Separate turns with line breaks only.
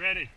ready.